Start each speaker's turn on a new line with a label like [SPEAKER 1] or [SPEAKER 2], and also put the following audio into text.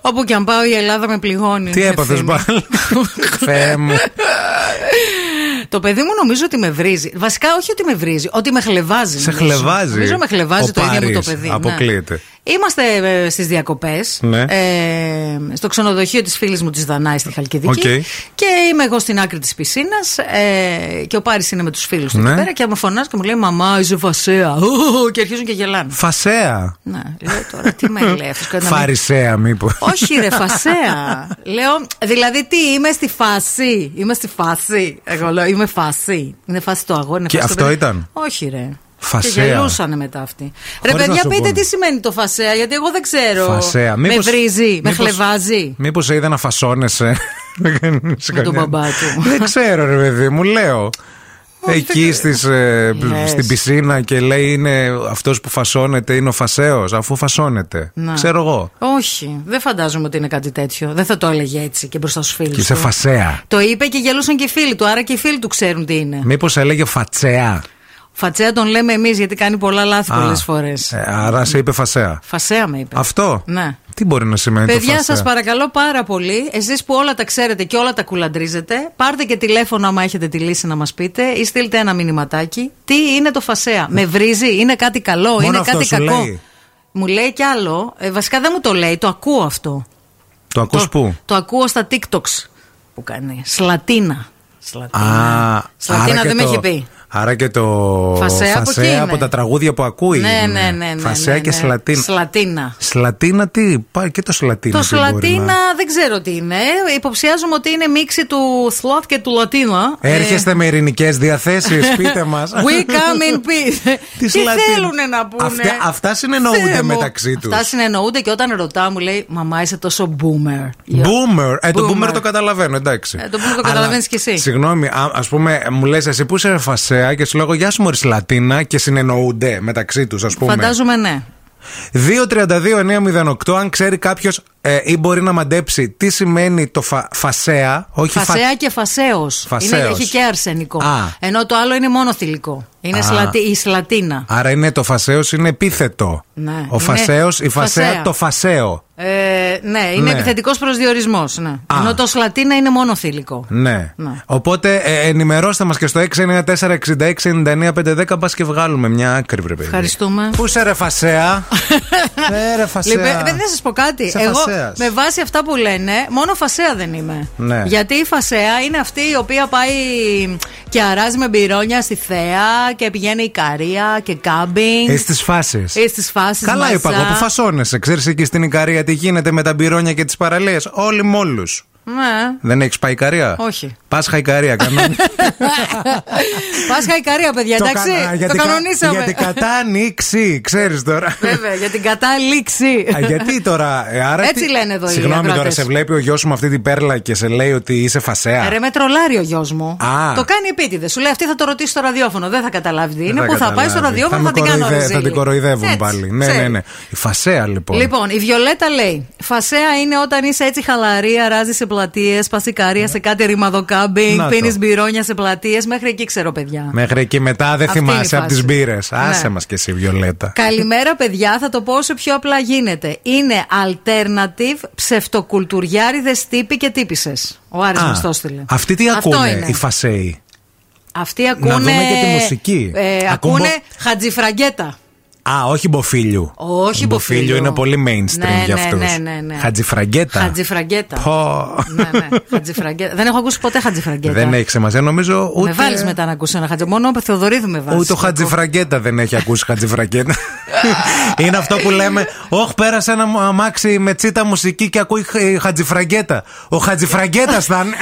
[SPEAKER 1] Όπου και αν πάω η Ελλάδα με πληγώνει.
[SPEAKER 2] Τι
[SPEAKER 1] είναι
[SPEAKER 2] έπαθε,
[SPEAKER 1] ευθύνη.
[SPEAKER 2] μπάλ. Θεέ μου.
[SPEAKER 1] Το παιδί μου νομίζω ότι με βρίζει. Βασικά, όχι ότι με βρίζει, ότι με χλεβάζει.
[SPEAKER 2] Σε
[SPEAKER 1] νομίζω.
[SPEAKER 2] χλεβάζει.
[SPEAKER 1] Νομίζω με χλεβάζει
[SPEAKER 2] Ο
[SPEAKER 1] το ίδιο μου το
[SPEAKER 2] Πάρης.
[SPEAKER 1] παιδί. ναι.
[SPEAKER 2] Αποκλείεται.
[SPEAKER 1] Είμαστε στις διακοπές.
[SPEAKER 2] Ναι.
[SPEAKER 1] Ε, στο ξενοδοχείο της φίλης μου της Δανάης στη Χαλκιδική.
[SPEAKER 2] Οκ.
[SPEAKER 1] Και είμαι εγώ στην άκρη της πισίνας. Ε, και ο Πάρης είναι με τους φίλους του
[SPEAKER 2] Ναι.
[SPEAKER 1] εκεί πέρα. Και μου φωνάζει και μου λέει Μαμά, είσαι βασέα. Ου, Και αρχίζουν και γελάνε.
[SPEAKER 2] Φασέα.
[SPEAKER 1] Ναι, λέω τώρα τι με λέει αυτός, κάτι να μην-
[SPEAKER 2] Φαρισαία, μήπως.
[SPEAKER 1] όχι ρε φασέα Λέω δηλαδή τι είμαι στη φάση Είμαι στη φάση Εγώ λέω είμαι φάση Είναι φάση το αγώνα είναι
[SPEAKER 2] Και
[SPEAKER 1] φάση το παιδί.
[SPEAKER 2] αυτό ήταν?
[SPEAKER 1] Όχι ρε
[SPEAKER 2] Φασέα.
[SPEAKER 1] Και γελούσανε μετά αυτοί. Ρε
[SPEAKER 2] Χωρίς να
[SPEAKER 1] παιδιά,
[SPEAKER 2] σου
[SPEAKER 1] πείτε
[SPEAKER 2] πούνε.
[SPEAKER 1] τι σημαίνει το φασέα, γιατί εγώ δεν ξέρω.
[SPEAKER 2] Φασέα.
[SPEAKER 1] Με βρίζει, με
[SPEAKER 2] μήπως-
[SPEAKER 1] χλεβάζει.
[SPEAKER 2] Μήπως σε είδα να φασώνεσαι. με
[SPEAKER 1] τον μπαμπά του.
[SPEAKER 2] Δεν ξέρω, ρε παιδί μου, λέω. Εκεί στις, ε, π-
[SPEAKER 1] Λες.
[SPEAKER 2] στην πισίνα και λέει είναι αυτός που φασώνεται είναι ο φασέος αφού φασώνεται
[SPEAKER 1] Να.
[SPEAKER 2] ξέρω εγώ
[SPEAKER 1] Όχι, δεν φαντάζομαι ότι είναι κάτι τέτοιο. Δεν θα το έλεγε έτσι και μπροστά στους φίλους.
[SPEAKER 2] και είσαι φασέα
[SPEAKER 1] Το είπε και γελούσαν και οι φίλοι του, άρα και οι φίλοι του ξέρουν τι είναι.
[SPEAKER 2] μήπως έλεγε φατσέα
[SPEAKER 1] Φατσέα τον λέμε εμείς γιατί κάνει πολλά λάθη
[SPEAKER 2] Α,
[SPEAKER 1] πολλές φορές.
[SPEAKER 2] ε, άρα σε είπε φασέα
[SPEAKER 1] Φασέα με είπε.
[SPEAKER 2] αυτό
[SPEAKER 1] Ναι.
[SPEAKER 2] τι μπορεί να σημαίνει το
[SPEAKER 1] Παιδιά,
[SPEAKER 2] φασέα
[SPEAKER 1] σας παρακαλώ πάρα πολύ, εσείς που όλα τα ξέρετε και όλα τα κουλαντρίζετε, πάρτε και τηλέφωνο άμα έχετε τη λύση να μας πείτε ή στείλτε ένα μηνυματάκι. Τι είναι το φασέα. Με βρίζει, είναι κάτι καλό,
[SPEAKER 2] Μόνο
[SPEAKER 1] είναι
[SPEAKER 2] αυτό
[SPEAKER 1] κάτι
[SPEAKER 2] σου
[SPEAKER 1] κακό.
[SPEAKER 2] λέει.
[SPEAKER 1] Μου λέει κι άλλο. Ε, βασικά δεν μου το λέει, το ακούω αυτό.
[SPEAKER 2] το ακούς
[SPEAKER 1] το,
[SPEAKER 2] πού
[SPEAKER 1] Το ακούω στα TikToks που κάνει. Σλατίνα. Σλατίνα.
[SPEAKER 2] Α,
[SPEAKER 1] Ναι. Σλατίνα
[SPEAKER 2] άρα και
[SPEAKER 1] δεν με
[SPEAKER 2] το-
[SPEAKER 1] έχει πει.
[SPEAKER 2] Άρα και το
[SPEAKER 1] Φασέα από εκεί είναι.
[SPEAKER 2] από τα τραγούδια που ακούει.
[SPEAKER 1] Ναι,
[SPEAKER 2] είναι.
[SPEAKER 1] ναι, ναι, ναι,
[SPEAKER 2] Φασέα
[SPEAKER 1] ναι,
[SPEAKER 2] και
[SPEAKER 1] ναι.
[SPEAKER 2] Σλατίνα.
[SPEAKER 1] Σλατίνα.
[SPEAKER 2] Σλατίνα τι, πάει και το Σλατίνα.
[SPEAKER 1] Το
[SPEAKER 2] τι μπορεί
[SPEAKER 1] Σλατίνα
[SPEAKER 2] να-
[SPEAKER 1] δεν ξέρω τι είναι. Υποψιάζομαι ότι είναι μίξη του Σλατ και του Λατίνα. Ε,
[SPEAKER 2] Έρχεστε με ειρηνικές διαθέσεις, πείτε μας.
[SPEAKER 1] We come in peace. Τι
[SPEAKER 2] Της Λατίνα.
[SPEAKER 1] θέλουν να πούνε.
[SPEAKER 2] Αυτά- αυτά συνεννοούνται
[SPEAKER 1] Θεέ μου.
[SPEAKER 2] μεταξύ τους.
[SPEAKER 1] Αυτά συνεννοούνται και όταν ρωτά μου λέει Μαμά είσαι τόσο boomer.
[SPEAKER 2] Boomer. Ε, το
[SPEAKER 1] Boomer.
[SPEAKER 2] boomer το καταλαβαίνω, εντάξει.
[SPEAKER 1] Ε, το boomer το
[SPEAKER 2] Αλλά,
[SPEAKER 1] καταλαβαίνεις κι εσύ.
[SPEAKER 2] Συγγνώμη, α ας πούμε, μου λες εσύ που είσαι φασέα και σου λέγω Γεια σου, Μωρή Σλατίνα και συνεννοούνται μεταξύ τους, ας πούμε.
[SPEAKER 1] Φαντάζομαι ναι.
[SPEAKER 2] 2-32-908 αν ξέρει κάποιος ε, ή μπορεί να μαντέψει τι σημαίνει το φα, φασέα, όχι φα-
[SPEAKER 1] Φασέα και φασαίο.
[SPEAKER 2] Φασαίος.
[SPEAKER 1] Έχει και αρσενικό.
[SPEAKER 2] Α.
[SPEAKER 1] Ενώ το άλλο είναι μόνο θηλυκό. Είναι
[SPEAKER 2] Α.
[SPEAKER 1] σλατι, η σλατίνα.
[SPEAKER 2] Άρα είναι το φασαίο είναι επίθετο.
[SPEAKER 1] Ναι, είναι
[SPEAKER 2] Ο φασαίο, η φασαία,
[SPEAKER 1] φασαία.
[SPEAKER 2] το φασαίο.
[SPEAKER 1] Ε, ναι, είναι
[SPEAKER 2] Ναι.
[SPEAKER 1] επιθετικός προσδιορισμός. Ναι.
[SPEAKER 2] Α.
[SPEAKER 1] Ενώ το σλατίνα είναι μόνο θηλυκό.
[SPEAKER 2] Ναι.
[SPEAKER 1] Ναι.
[SPEAKER 2] Οπότε ε, ενημερώστε μας και στο 694-6699-510 πας και βγάλουμε μια άκρη, πρέπει.
[SPEAKER 1] Ευχαριστούμε.
[SPEAKER 2] Πού σε ρε φασαία. ε, ρε φασαία.
[SPEAKER 1] Λοιπόν, δεν θα σας πω κάτι.
[SPEAKER 2] Είσαι
[SPEAKER 1] Εγώ
[SPEAKER 2] φασέας.
[SPEAKER 1] με βάση αυτά που λένε, μόνο φασέα δεν είμαι.
[SPEAKER 2] Ναι.
[SPEAKER 1] Γιατί η φασέα είναι αυτή η οποία πάει και αράζει με μπυρόνια στη θέα και πηγαίνει η καρία και κάμπινγκ.
[SPEAKER 2] Εσύ τις φάσεις.
[SPEAKER 1] Ε, στις φάσεις
[SPEAKER 2] Καλά
[SPEAKER 1] μαζά.
[SPEAKER 2] είπα εγώ που φασώνεσαι. Ξέρεις εκεί στην Ικαρία τι γίνεται με τα μπυρόνια και τις παραλίες. Όλοι με όλου.
[SPEAKER 1] Ναι.
[SPEAKER 2] Δεν έχεις πάει Ικαρία.
[SPEAKER 1] Όχι.
[SPEAKER 2] Πάσχα Ικαρία, κανόνι.
[SPEAKER 1] Πάσχα η καρία, παιδιά, εντάξει. Το,
[SPEAKER 2] κα-
[SPEAKER 1] κανονίσαμε.
[SPEAKER 2] Γιατί κατά νήξη, ξέρεις τώρα.
[SPEAKER 1] Βέβαια, για την κατάληξη.
[SPEAKER 2] Α, γιατί τώρα. ε, άρα
[SPEAKER 1] Έτσι λένε εδώ οι
[SPEAKER 2] Συγγνώμη τώρα,
[SPEAKER 1] ακροατές.
[SPEAKER 2] σε βλέπει ο γιος σου με αυτή την πέρλα και σε λέει ότι είσαι φασέα.
[SPEAKER 1] Ρε με τρολάρει ο γιος μου.
[SPEAKER 2] Α.
[SPEAKER 1] Το κάνει επίτηδες. Σου λέει αυτή θα το ρωτήσει στο ραδιόφωνο. Δεν θα καταλάβει τι είναι.
[SPEAKER 2] Δεν
[SPEAKER 1] Που θα πάει στο
[SPEAKER 2] καταλάβει.
[SPEAKER 1] ραδιόφωνο
[SPEAKER 2] με
[SPEAKER 1] θα, την κάνω
[SPEAKER 2] κοροϊδε-
[SPEAKER 1] ρεζίλη.
[SPEAKER 2] Θα την κοροϊδεύουν
[SPEAKER 1] Έτσι,
[SPEAKER 2] πάλι. Ναι,
[SPEAKER 1] ξέρεις.
[SPEAKER 2] ναι, ναι. Η φασέα λοιπόν.
[SPEAKER 1] Λοιπόν, η Βιολέτα λέει: Φασέα είναι όταν είσαι έτσι χαλαρή, αράζει σε πλατείες, πασικάρια σε κάτι ρημαδοκάμπινγκ,
[SPEAKER 2] Να το. Ναι.
[SPEAKER 1] πίνεις μπυρόνια σε πλατείες. Μέχρι εκεί ξέρω, παιδιά.
[SPEAKER 2] Μέχρι εκεί μετά δεν
[SPEAKER 1] Αυτή είναι η
[SPEAKER 2] θυμάσαι από
[SPEAKER 1] φάση.
[SPEAKER 2] τι μπύρε. Άσε
[SPEAKER 1] Ναι.
[SPEAKER 2] μα και εσύ, Βιολέτα.
[SPEAKER 1] Καλημέρα, παιδιά. Θα το πω όσο πιο απλά γίνεται. Είναι alternative ψευτοκουλτουριάριδες τύποι και τύπησες. Ο Άρης
[SPEAKER 2] Α,
[SPEAKER 1] μας το έστειλε.
[SPEAKER 2] Αυτοί τι
[SPEAKER 1] Αυτό
[SPEAKER 2] ακούνε,
[SPEAKER 1] είναι.
[SPEAKER 2] οι φασέοι.
[SPEAKER 1] Αυτοί ακούνε.
[SPEAKER 2] δούμε και τη μουσική.
[SPEAKER 1] Ε,
[SPEAKER 2] Ακούν
[SPEAKER 1] ακούνε
[SPEAKER 2] μπο-
[SPEAKER 1] χατζιφραγκέτα.
[SPEAKER 2] Α, όχι μποφίλιου.
[SPEAKER 1] Όχι μποφίλιου.
[SPEAKER 2] είναι πολύ mainstream
[SPEAKER 1] Ναι,
[SPEAKER 2] για
[SPEAKER 1] ναι,
[SPEAKER 2] αυτούς.
[SPEAKER 1] ναι, ναι, ναι.
[SPEAKER 2] Χατζιφραγκέτα.
[SPEAKER 1] Χατζιφραγκέτα.
[SPEAKER 2] Πω.
[SPEAKER 1] ναι, ναι, χατζιφραγκέτα. Δεν έχω ακούσει ποτέ χατζιφραγκέτα.
[SPEAKER 2] Δεν έχει σημασία, νομίζω. Ούτε...
[SPEAKER 1] Με βάλεις μετά να ακούσει ένα χατζι. Μόνο ο Θεοδωρίδου με βάλεις.
[SPEAKER 2] Ούτε ο Χατζηφραγκέτα δεν έχει ακούσει Χατζηφραγκέτα. Είναι αυτό που λέμε. Όχ, πέρασε ένα μου- αμάξι με τσίτα μουσική και ακούει χ- Χατζηφραγκέτα. Ο Χατζηφραγκέτας θα είναι.